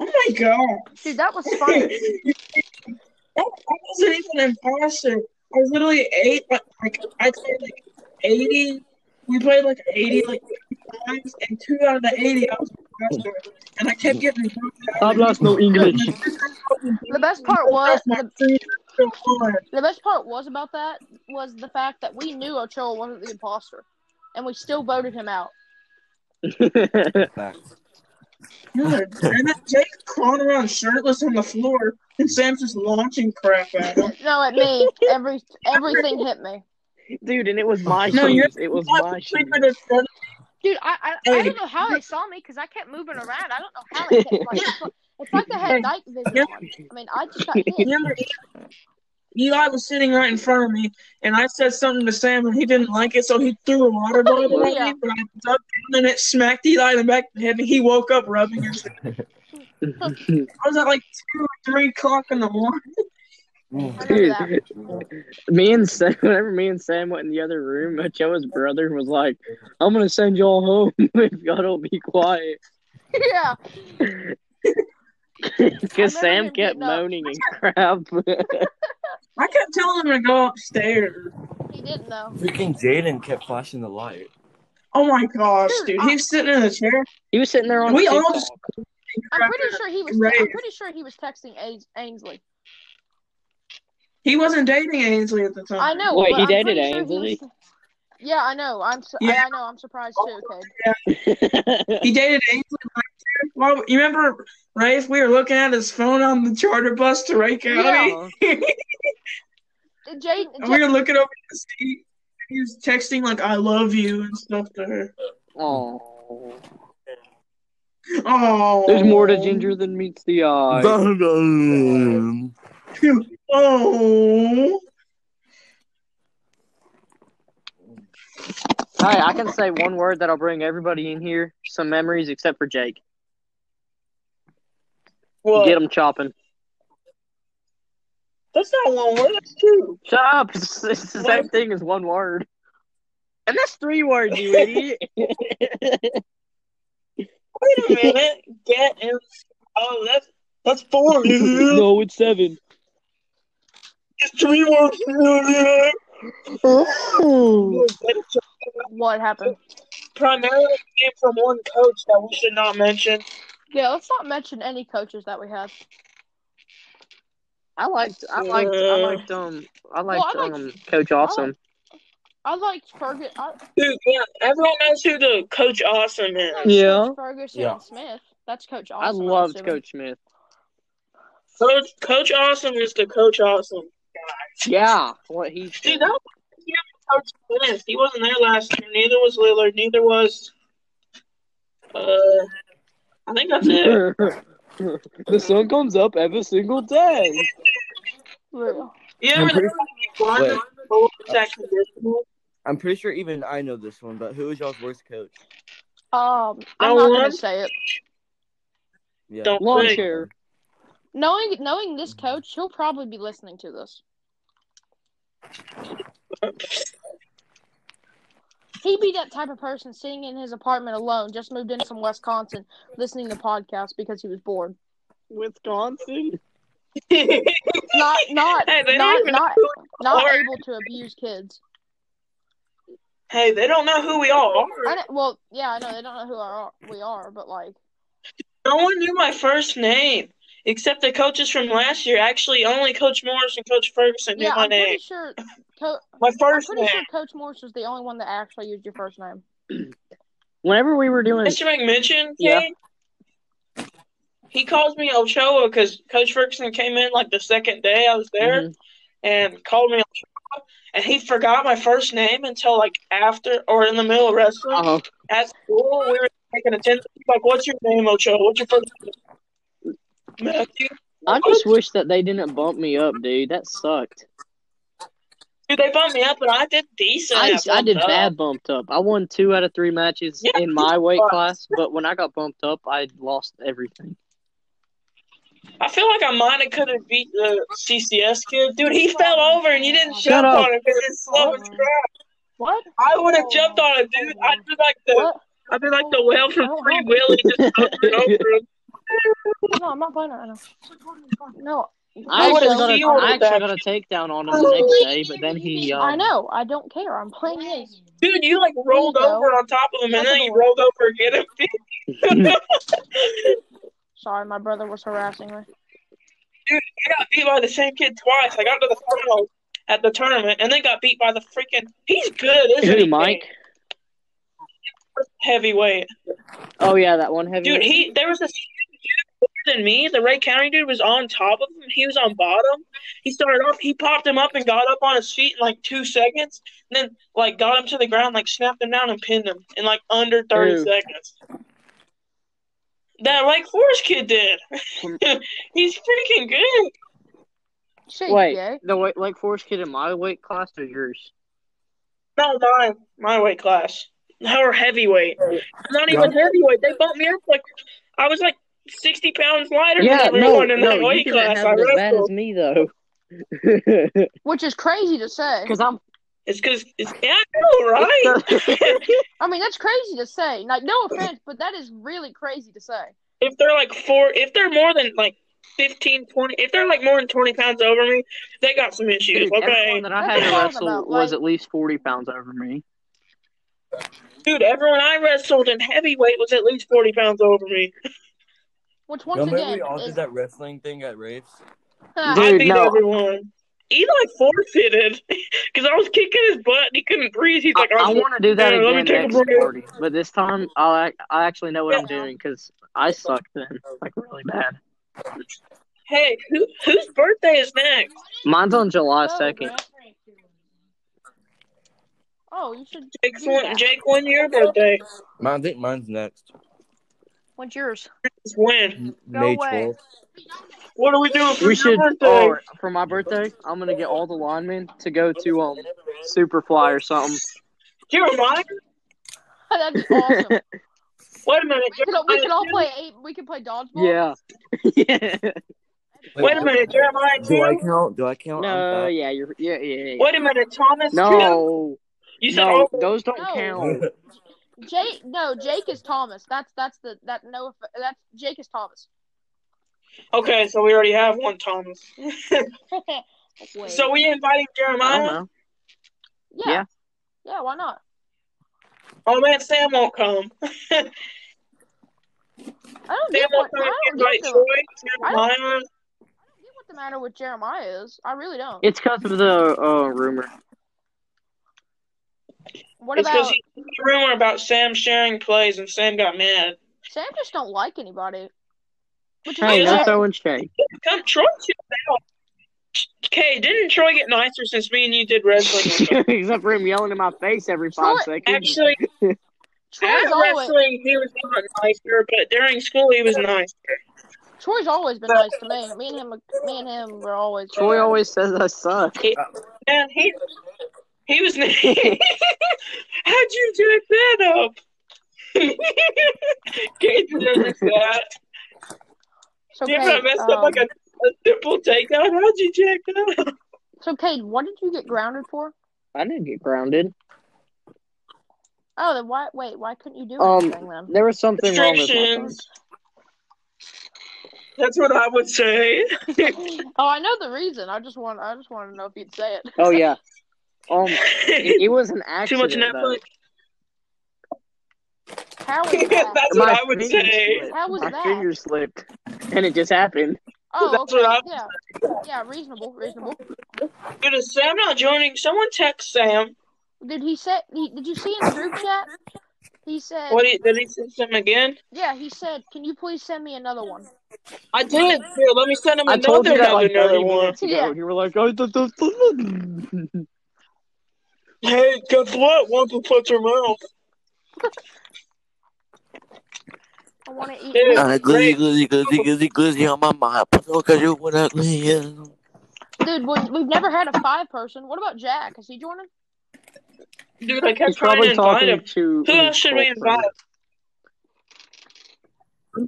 [SPEAKER 2] Oh my god.
[SPEAKER 4] Dude, that was
[SPEAKER 2] that,
[SPEAKER 4] funny.
[SPEAKER 2] that wasn't even impressive. I literally ate like, like I played like eighty. We played like eighty like times, and two out of the eighty I was impressive, and I kept getting. knocked out.
[SPEAKER 1] I've lost no English.
[SPEAKER 4] The best part was the,
[SPEAKER 2] So hard.
[SPEAKER 4] the best part was about that was the fact that we knew Ochoa wasn't the imposter, and we still voted him out.
[SPEAKER 3] Facts.
[SPEAKER 2] Good. And then Jake's crawling around shirtless on the floor, and Sam's just launching crap at him.
[SPEAKER 4] No, at me, every everything hit me.
[SPEAKER 1] Dude, and it was my
[SPEAKER 2] No, you're-
[SPEAKER 1] shoes. It was my shoes.
[SPEAKER 4] Dude, I I, I don't know how they saw me because I kept moving around. I don't know how they kept like. it's like- It's like they had night vision. on. I mean, I just got hit.
[SPEAKER 2] Remember, Eli was sitting right in front of me, and I said something to Sam, and he didn't like it, so he threw a water bottle at
[SPEAKER 4] Yeah.
[SPEAKER 2] me, but I ducked down, and it smacked Eli in the back of the head, and he woke up rubbing his head. I was at like 2 or 3 o'clock in the morning.
[SPEAKER 4] I remember
[SPEAKER 1] Dude,
[SPEAKER 4] that.
[SPEAKER 1] me and Sam, whenever me and Sam went in the other room, Ochoa's brother was like, I'm going to send y'all home if y'all don't be quiet.
[SPEAKER 4] Yeah.
[SPEAKER 1] Because
[SPEAKER 4] I remember
[SPEAKER 1] Sam
[SPEAKER 4] him
[SPEAKER 1] kept
[SPEAKER 4] getting up.
[SPEAKER 1] moaning and crap.
[SPEAKER 2] I kept telling him to go upstairs.
[SPEAKER 4] He didn't know.
[SPEAKER 3] Freaking Jaden kept flashing the light.
[SPEAKER 2] Oh my gosh, dude. He was sitting in a chair.
[SPEAKER 1] he was sitting there on
[SPEAKER 2] We all
[SPEAKER 1] TikTok.
[SPEAKER 2] just-
[SPEAKER 4] I'm pretty sure he was. I'm
[SPEAKER 2] Right.
[SPEAKER 4] pretty sure he was texting Ains- Ainsley.
[SPEAKER 2] He wasn't dating Ainsley at the time.
[SPEAKER 4] I know.
[SPEAKER 1] Wait,
[SPEAKER 4] but
[SPEAKER 1] he
[SPEAKER 4] I'm
[SPEAKER 1] dated
[SPEAKER 4] pretty sure he
[SPEAKER 1] Ainsley?
[SPEAKER 4] was- yeah, I know. I'm. Su-
[SPEAKER 2] Yeah.
[SPEAKER 4] I, I know. I'm surprised too. Okay.
[SPEAKER 2] He dated Ainsley Blackjack. Well, you remember, Rafe? We were looking at his phone on the charter bus to Ray County.
[SPEAKER 4] Did Jay,
[SPEAKER 2] And we were looking over to see. and He was texting like "I love you" and stuff to her.
[SPEAKER 1] Aw.
[SPEAKER 2] Oh,
[SPEAKER 1] There's more to Ginger than meets the eye.
[SPEAKER 2] Oh,
[SPEAKER 1] Hey, I can say one word that'll bring everybody in here some memories, except for Jake.
[SPEAKER 2] well,
[SPEAKER 1] Get him chopping.
[SPEAKER 2] that's not one word. That's two.
[SPEAKER 1] Shut up. It's, it's the same
[SPEAKER 2] What?
[SPEAKER 1] thing as one word. And that's three words, you idiot.
[SPEAKER 2] Wait a minute. Get him. Oh, that's that's four. dude.
[SPEAKER 1] it's seven.
[SPEAKER 2] It's three words. dude.
[SPEAKER 1] Oh.
[SPEAKER 2] That
[SPEAKER 4] what happened?
[SPEAKER 2] Primarily came from one coach that we should not mention.
[SPEAKER 4] Yeah, let's not mention any coaches that we had.
[SPEAKER 1] I liked, I liked, I liked, um, I liked,
[SPEAKER 4] Well, I liked-
[SPEAKER 1] um, Coach Awesome.
[SPEAKER 4] I liked Fergus. I, I
[SPEAKER 2] Dude, yeah, everyone knows who the coach awesome is.
[SPEAKER 4] liked
[SPEAKER 1] Yeah.
[SPEAKER 4] Coach Ferguson
[SPEAKER 3] Yeah.
[SPEAKER 4] and Smith. That's Coach.
[SPEAKER 1] I
[SPEAKER 4] Awesome, I'm
[SPEAKER 1] loved
[SPEAKER 4] assuming.
[SPEAKER 1] Coach Smith.
[SPEAKER 2] Coach, coach awesome is the coach awesome.
[SPEAKER 1] Yeah, what he
[SPEAKER 2] Dude, that was yeah, coach Smith. He wasn't there last year. Neither was Lillard. Neither was Uh, I think that's it.
[SPEAKER 1] the sun comes up every single day.
[SPEAKER 4] Um,
[SPEAKER 2] You ever
[SPEAKER 3] I'm
[SPEAKER 2] know
[SPEAKER 3] pretty-
[SPEAKER 2] when you
[SPEAKER 3] Wait.
[SPEAKER 2] climb that conditional?
[SPEAKER 3] I'm pretty sure even I know this one, but who is y'all's worst coach?
[SPEAKER 4] Um,
[SPEAKER 2] No
[SPEAKER 4] I'm not
[SPEAKER 2] one?
[SPEAKER 4] gonna say it.
[SPEAKER 3] Yeah.
[SPEAKER 2] Don't
[SPEAKER 1] Lawn
[SPEAKER 2] think.
[SPEAKER 1] chair.
[SPEAKER 4] Knowing knowing this
[SPEAKER 2] Mm-hmm.
[SPEAKER 4] coach, he'll probably be listening to this. He'd be that type of person sitting in his apartment alone, just moved in from Wisconsin, listening to podcasts because he was bored.
[SPEAKER 1] Wisconsin.
[SPEAKER 4] Not not
[SPEAKER 2] Hey, they don't
[SPEAKER 4] not
[SPEAKER 2] even
[SPEAKER 4] not,
[SPEAKER 2] know
[SPEAKER 4] not
[SPEAKER 2] are.
[SPEAKER 4] able to abuse kids.
[SPEAKER 2] Hey, they don't know who we all
[SPEAKER 4] I
[SPEAKER 2] are.
[SPEAKER 4] don't- well, yeah, I know they don't know who our, we are, but like,
[SPEAKER 2] No one knew my first name except the coaches from last year. Actually, only Coach Morris and Coach Ferguson knew
[SPEAKER 4] yeah,
[SPEAKER 2] my
[SPEAKER 4] I'm
[SPEAKER 2] name.
[SPEAKER 4] pretty sure. Co-
[SPEAKER 2] my
[SPEAKER 4] I'm
[SPEAKER 2] first
[SPEAKER 4] pretty
[SPEAKER 2] name.
[SPEAKER 4] sure Coach Morris was the only one that actually used your first name.
[SPEAKER 1] Whenever we were doing
[SPEAKER 2] Mr. McMitchin
[SPEAKER 1] Yeah.
[SPEAKER 2] came. He calls me Ochoa because Coach Ferguson came in like the second day I was there
[SPEAKER 1] Mhm.
[SPEAKER 2] and called me Ochoa, and he forgot my first name until like after or in the middle of wrestling
[SPEAKER 1] Uh-huh.
[SPEAKER 2] at school. We were taking attendance. He's like, "What's your name, Ochoa? What's your first name?" Matthew. Oh,
[SPEAKER 1] I just wish that they didn't bump me up, dude. That sucked.
[SPEAKER 2] Dude, they bumped me up, but I did decent.
[SPEAKER 1] I,
[SPEAKER 2] at
[SPEAKER 1] I did
[SPEAKER 2] one, though.
[SPEAKER 1] bad bumped up. I won two out of three matches
[SPEAKER 2] Yeah,
[SPEAKER 1] in my weight
[SPEAKER 2] fucked.
[SPEAKER 1] class, but when I got bumped up, I lost everything.
[SPEAKER 2] I feel like I might have could have beat the CCS kid. Dude, he fell over and you didn't
[SPEAKER 4] Shut
[SPEAKER 2] jump
[SPEAKER 1] up.
[SPEAKER 2] on him because it's slow as crap.
[SPEAKER 4] What?
[SPEAKER 2] I would have jumped on it, dude. I'd be like the
[SPEAKER 4] What?
[SPEAKER 2] I'd be like the whale from Free Willy, just over and over. him.
[SPEAKER 4] No, I'm not playing it right now. No,
[SPEAKER 1] I
[SPEAKER 2] I
[SPEAKER 1] actually
[SPEAKER 2] would've
[SPEAKER 1] got a,
[SPEAKER 2] sealed
[SPEAKER 1] I
[SPEAKER 2] it
[SPEAKER 1] actually
[SPEAKER 2] back.
[SPEAKER 1] got a takedown on him the next day, but then he. Um,
[SPEAKER 4] I know. I don't care. I'm playing this.
[SPEAKER 2] Dude, you like rolled
[SPEAKER 4] There you go.
[SPEAKER 2] over on top of him, and then you rolled over again. And beat.
[SPEAKER 4] Sorry, my brother was harassing me.
[SPEAKER 2] I got beat by the same kid twice. I got to the finals at the tournament, and then got beat by the freaking. He's good, isn't
[SPEAKER 1] Who,
[SPEAKER 2] he?
[SPEAKER 1] Mike?
[SPEAKER 2] Heavyweight,
[SPEAKER 1] Oh yeah, that one heavy.
[SPEAKER 2] dude. He there was this huge dude bigger than me. The Ray County dude was on top of him. He was on bottom. He started off. He popped him up and got up on his feet in like two seconds. And then like got him to the ground, like snapped him down and pinned him in like under thirty
[SPEAKER 1] Dude.
[SPEAKER 2] seconds. That Lake Forest kid did. He's freaking good.
[SPEAKER 4] Shit,
[SPEAKER 1] Wait,
[SPEAKER 4] yay.
[SPEAKER 1] the Wa- Lake Forest kid in my weight class or yours?
[SPEAKER 2] No, my my weight class. Our heavyweight. Not even heavyweight. They bumped me up like I was like sixty pounds lighter
[SPEAKER 1] Yeah,
[SPEAKER 2] than
[SPEAKER 1] no,
[SPEAKER 2] everyone in
[SPEAKER 1] no,
[SPEAKER 2] that
[SPEAKER 1] you
[SPEAKER 2] weight
[SPEAKER 1] didn't
[SPEAKER 2] class.
[SPEAKER 1] have
[SPEAKER 2] I
[SPEAKER 1] it as bad as
[SPEAKER 2] wrestled.
[SPEAKER 1] me though.
[SPEAKER 4] Which is crazy to say.
[SPEAKER 1] Because I'm
[SPEAKER 2] It's because it's yeah, I know, right?
[SPEAKER 4] I mean, that's crazy to say. Like, no offense, but that is really crazy to say.
[SPEAKER 2] if they're like four if they're more than like 15 20 if they're like more than 20 pounds over me they got some issues
[SPEAKER 1] Dude,
[SPEAKER 2] okay
[SPEAKER 1] everyone that I
[SPEAKER 4] What
[SPEAKER 1] had
[SPEAKER 4] the
[SPEAKER 1] to
[SPEAKER 4] hell
[SPEAKER 1] wrestle
[SPEAKER 4] about,
[SPEAKER 1] was
[SPEAKER 4] like-
[SPEAKER 1] at least forty pounds over me.
[SPEAKER 2] dude everyone i wrestled in heavyweight was at least 40 pounds over me
[SPEAKER 4] Which once again, is-
[SPEAKER 3] that wrestling thing at raves?
[SPEAKER 1] Dude,
[SPEAKER 2] i beat
[SPEAKER 1] no.
[SPEAKER 2] everyone eli forfeited because i was kicking his butt and he couldn't breathe he's like
[SPEAKER 1] I,
[SPEAKER 2] I'm
[SPEAKER 1] want to do that
[SPEAKER 2] Yeah, let me
[SPEAKER 1] again
[SPEAKER 2] take a
[SPEAKER 1] next
[SPEAKER 2] break.
[SPEAKER 1] party, but this time I'll ac- I actually know what I'm
[SPEAKER 4] Yeah.
[SPEAKER 1] doing because I sucked then, like really bad.
[SPEAKER 2] hey who, whose birthday is next
[SPEAKER 1] Mine's on July
[SPEAKER 4] Oh,
[SPEAKER 1] second.
[SPEAKER 4] oh, you should.
[SPEAKER 2] jake,
[SPEAKER 4] do that.
[SPEAKER 2] jake when your birthday
[SPEAKER 3] Mine, I think mine's next.
[SPEAKER 4] When's yours?
[SPEAKER 2] is when
[SPEAKER 4] May
[SPEAKER 3] May
[SPEAKER 4] away. 12th.
[SPEAKER 3] twelfth.
[SPEAKER 2] what are we doing for
[SPEAKER 1] We
[SPEAKER 2] your
[SPEAKER 1] should.
[SPEAKER 2] birthday
[SPEAKER 1] Oh, for my birthday, I'm gonna get all the linemen to go to um Superfly or something.
[SPEAKER 2] you're mine
[SPEAKER 4] That'd be awesome.
[SPEAKER 2] wait a minute
[SPEAKER 4] we, could, we could all
[SPEAKER 2] Jeremiah,
[SPEAKER 4] play eight. We could play dodgeball.
[SPEAKER 1] yeah.
[SPEAKER 2] wait a minute jeremiah
[SPEAKER 3] Do I
[SPEAKER 2] too?
[SPEAKER 3] count? Do I count?
[SPEAKER 1] no, yeah, you're yeah, yeah. yeah.
[SPEAKER 2] wait a minute thomas too?
[SPEAKER 1] No,
[SPEAKER 2] you said
[SPEAKER 1] no,
[SPEAKER 2] all
[SPEAKER 1] those don't
[SPEAKER 4] No.
[SPEAKER 1] count.
[SPEAKER 4] Jake, no, Jake is Thomas. That's that's the that no. off- That's Jake is Thomas.
[SPEAKER 2] Okay, so we already have one, Thomas.
[SPEAKER 4] Wait.
[SPEAKER 2] So we inviting
[SPEAKER 1] I don't
[SPEAKER 2] Jeremiah?
[SPEAKER 1] know.
[SPEAKER 4] yeah.
[SPEAKER 1] yeah.
[SPEAKER 4] yeah, Why not?
[SPEAKER 2] Oh man, Sam won't come. Sam
[SPEAKER 4] I don't get what
[SPEAKER 2] won't
[SPEAKER 4] I
[SPEAKER 2] come.
[SPEAKER 4] don't
[SPEAKER 2] Invite
[SPEAKER 4] get, the,
[SPEAKER 2] Troy,
[SPEAKER 4] I
[SPEAKER 2] Jeremiah.
[SPEAKER 4] get what the matter with Jeremiah is. I really don't.
[SPEAKER 1] It's because of the uh, rumor.
[SPEAKER 4] What
[SPEAKER 2] It's because
[SPEAKER 4] about
[SPEAKER 2] he heard a rumor about Sam sharing plays, and Sam got mad.
[SPEAKER 4] Sam? Just don't like anybody. Which is
[SPEAKER 1] Hey,
[SPEAKER 4] okay.
[SPEAKER 1] no throwing shade.
[SPEAKER 2] Come, Troy, chill out. Okay, didn't Troy get nicer since me and you did wrestling?
[SPEAKER 1] Except for him yelling in my face every five
[SPEAKER 4] Troy-
[SPEAKER 1] seconds.
[SPEAKER 2] Actually,
[SPEAKER 4] Troy's
[SPEAKER 2] At
[SPEAKER 4] always
[SPEAKER 2] wrestling, he was not nicer, but during school, he was nicer.
[SPEAKER 4] Troy's always been nice to me. Me and him, me and him were always.
[SPEAKER 1] Troy always says I suck.
[SPEAKER 2] Man, he he was. How'd you jack that up? Can't you notice that?
[SPEAKER 4] So
[SPEAKER 2] Dude, I
[SPEAKER 4] Cade,
[SPEAKER 2] messed
[SPEAKER 4] um,
[SPEAKER 2] up like a, a simple takeout. How'd you jack that up?
[SPEAKER 4] so Cade, what did you get grounded for?
[SPEAKER 1] I didn't get grounded.
[SPEAKER 4] Oh, then why? Wait, why couldn't you do
[SPEAKER 1] Um,
[SPEAKER 4] anything then?
[SPEAKER 1] There was something wrong with my phone.
[SPEAKER 2] Restrictions. That's what I would say.
[SPEAKER 4] Oh, I know the reason. I just want. I just want to know if you'd say it.
[SPEAKER 1] Oh yeah. Um, it,
[SPEAKER 2] Too
[SPEAKER 1] it was an accident.
[SPEAKER 2] much Netflix.
[SPEAKER 4] How was that?
[SPEAKER 2] That's
[SPEAKER 1] though.
[SPEAKER 2] what
[SPEAKER 1] My
[SPEAKER 2] I would
[SPEAKER 1] finger
[SPEAKER 2] say.
[SPEAKER 1] slipped.
[SPEAKER 4] How was
[SPEAKER 1] my
[SPEAKER 4] that?
[SPEAKER 1] finger slipped, and it just happened.
[SPEAKER 4] Oh,
[SPEAKER 2] That's what
[SPEAKER 4] okay,
[SPEAKER 2] I-
[SPEAKER 4] yeah, yeah, reasonable, reasonable.
[SPEAKER 2] Dude, is Sam not joining? Someone text Sam.
[SPEAKER 4] Did he say? He, did you see in the group chat? He said,
[SPEAKER 2] What did, did he send him again?
[SPEAKER 4] "Yeah." He said, "Can you please send me another one?"
[SPEAKER 2] I did. Here, let me send him
[SPEAKER 1] I
[SPEAKER 2] another
[SPEAKER 1] told you that like
[SPEAKER 2] another nerdy
[SPEAKER 1] thirty
[SPEAKER 2] one.
[SPEAKER 1] minutes ago.
[SPEAKER 4] Yeah.
[SPEAKER 1] and You were like, I th- th- th- th-
[SPEAKER 2] Hey, guess what? One can put your mouth.
[SPEAKER 4] I want to eat.
[SPEAKER 2] Dude.
[SPEAKER 4] meat.
[SPEAKER 2] Uh,
[SPEAKER 3] Uh, glizzy, glizzy, glizzy, glizzy, glizzy on my mind. Look at you when I glizzy.
[SPEAKER 4] Dude, we, we've never had a five person. What about Jack? Is he joining?
[SPEAKER 2] Dude, I
[SPEAKER 1] He's
[SPEAKER 2] kept trying to
[SPEAKER 1] probably
[SPEAKER 2] invite
[SPEAKER 1] talking
[SPEAKER 2] him.
[SPEAKER 1] to.
[SPEAKER 2] Who else should we invite?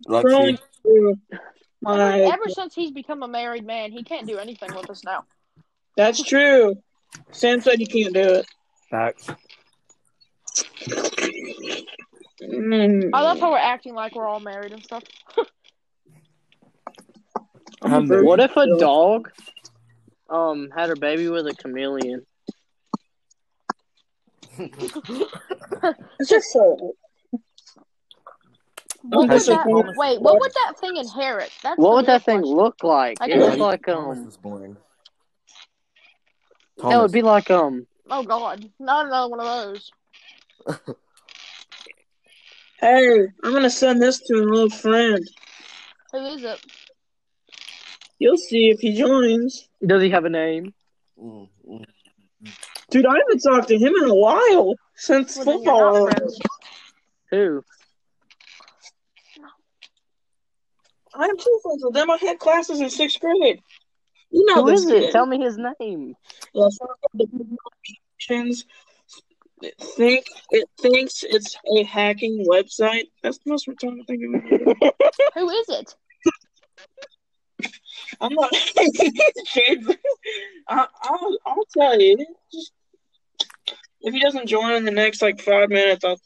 [SPEAKER 3] Lucky.
[SPEAKER 4] I mean,
[SPEAKER 2] My,
[SPEAKER 4] ever since he's become a married man, he can't do anything with us now.
[SPEAKER 2] that's true. Sam said you can't do it.
[SPEAKER 3] Facts.
[SPEAKER 2] Mm.
[SPEAKER 4] I love how Oh, we're acting like we're all married and stuff.
[SPEAKER 3] I'm
[SPEAKER 2] Bro,
[SPEAKER 1] What if a
[SPEAKER 2] Bill.
[SPEAKER 1] dog, um, had her baby with a chameleon?
[SPEAKER 2] It's just so.
[SPEAKER 4] What would
[SPEAKER 3] That's so
[SPEAKER 4] that,
[SPEAKER 2] cool.
[SPEAKER 4] wait, what would that thing inherit? That's
[SPEAKER 1] What
[SPEAKER 4] the
[SPEAKER 1] would
[SPEAKER 4] real
[SPEAKER 1] that thing
[SPEAKER 4] question.
[SPEAKER 1] look like?
[SPEAKER 4] I
[SPEAKER 1] It
[SPEAKER 4] guess-
[SPEAKER 1] looked like um.
[SPEAKER 3] was born.
[SPEAKER 1] That would be like um.
[SPEAKER 4] Oh God, not another one of those.
[SPEAKER 2] Hey, I'm gonna send this to an old friend.
[SPEAKER 4] Who is it?
[SPEAKER 2] You'll see if he joins.
[SPEAKER 1] Does he have a name?
[SPEAKER 3] Mm, mm.
[SPEAKER 2] Dude, I haven't talked to him in a while since
[SPEAKER 4] Well, then you're
[SPEAKER 2] football.
[SPEAKER 4] not friends.
[SPEAKER 1] Who?
[SPEAKER 2] I'm too friends with them. I had classes in sixth grade. You know
[SPEAKER 1] Who
[SPEAKER 2] this
[SPEAKER 1] is it?
[SPEAKER 2] kid.
[SPEAKER 1] Tell me his name.
[SPEAKER 2] Los Angeles think it thinks it's a hacking website. That's the most retarded thing I've ever heard.
[SPEAKER 4] Who is it?
[SPEAKER 2] I'm not. James, I, I'll, I'll tell you. Just, if he doesn't join in the next like five minutes, I'll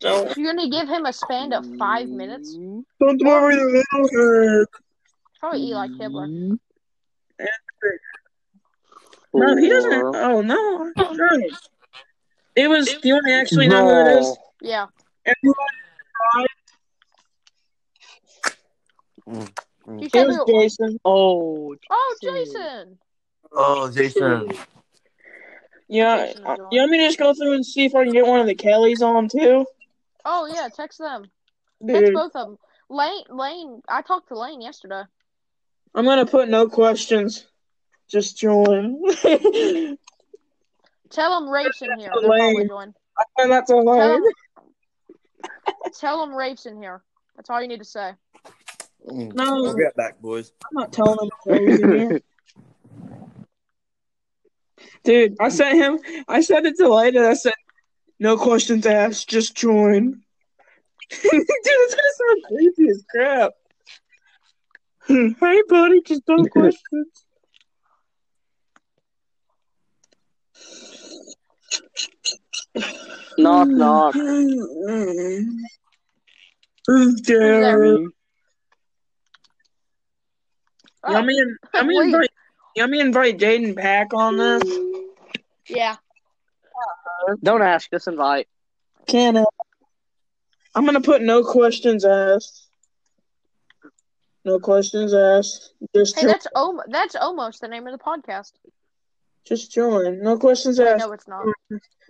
[SPEAKER 2] don't.
[SPEAKER 4] You're gonna give him a span of five minutes?
[SPEAKER 2] Don't worry, the little
[SPEAKER 4] Probably Eli Kibler.
[SPEAKER 2] No, he doesn't. Oh no, I'm sure. It was. Do you want to actually know who it is?
[SPEAKER 4] Yeah.
[SPEAKER 2] Everyone,
[SPEAKER 4] You
[SPEAKER 2] it
[SPEAKER 4] said
[SPEAKER 2] was
[SPEAKER 4] who-
[SPEAKER 2] Jason.
[SPEAKER 1] Oh,
[SPEAKER 4] oh, Jason.
[SPEAKER 3] Oh, Jason.
[SPEAKER 2] Yeah,
[SPEAKER 4] Jason
[SPEAKER 2] I-
[SPEAKER 4] joined.
[SPEAKER 2] you want me to just go through and see if I can get one of the Kellys on too?
[SPEAKER 4] Oh yeah, text them. Text
[SPEAKER 2] Dude,
[SPEAKER 4] both of them. Lane, Lane. I talked to Lane yesterday.
[SPEAKER 2] I'm gonna put no questions. Just join. and
[SPEAKER 4] Tell him Rafe's in here. They'll probably
[SPEAKER 2] Lane.
[SPEAKER 4] join.
[SPEAKER 2] that's a
[SPEAKER 4] Tell
[SPEAKER 2] line.
[SPEAKER 4] him, tell him Rafe's in here. That's all you need to say.
[SPEAKER 3] Mm.
[SPEAKER 2] No,
[SPEAKER 3] We'll
[SPEAKER 2] I'm
[SPEAKER 3] be right back, boys.
[SPEAKER 2] not telling him. Kelly's in here. Dude, I sent him. I sent it to Lane, and I said, "No questions asked. Just join." Dude, it's gonna sound creepy as crap. hey, buddy, just no questions.
[SPEAKER 1] knock knock.
[SPEAKER 2] Mm-hmm. Who's there?
[SPEAKER 1] Me.
[SPEAKER 4] Oh,
[SPEAKER 2] Let me, let me
[SPEAKER 4] Wait.
[SPEAKER 2] invite, let me invite Jaden back on this.
[SPEAKER 4] yeah.
[SPEAKER 1] Don't ask, just invite.
[SPEAKER 2] Can I? I'm gonna put no questions asked. No questions asked. Just,
[SPEAKER 4] Hey,
[SPEAKER 2] join.
[SPEAKER 4] that's om- that's almost the name of the podcast.
[SPEAKER 2] just join. No questions
[SPEAKER 4] Wait,
[SPEAKER 2] asked.
[SPEAKER 4] no, it's not.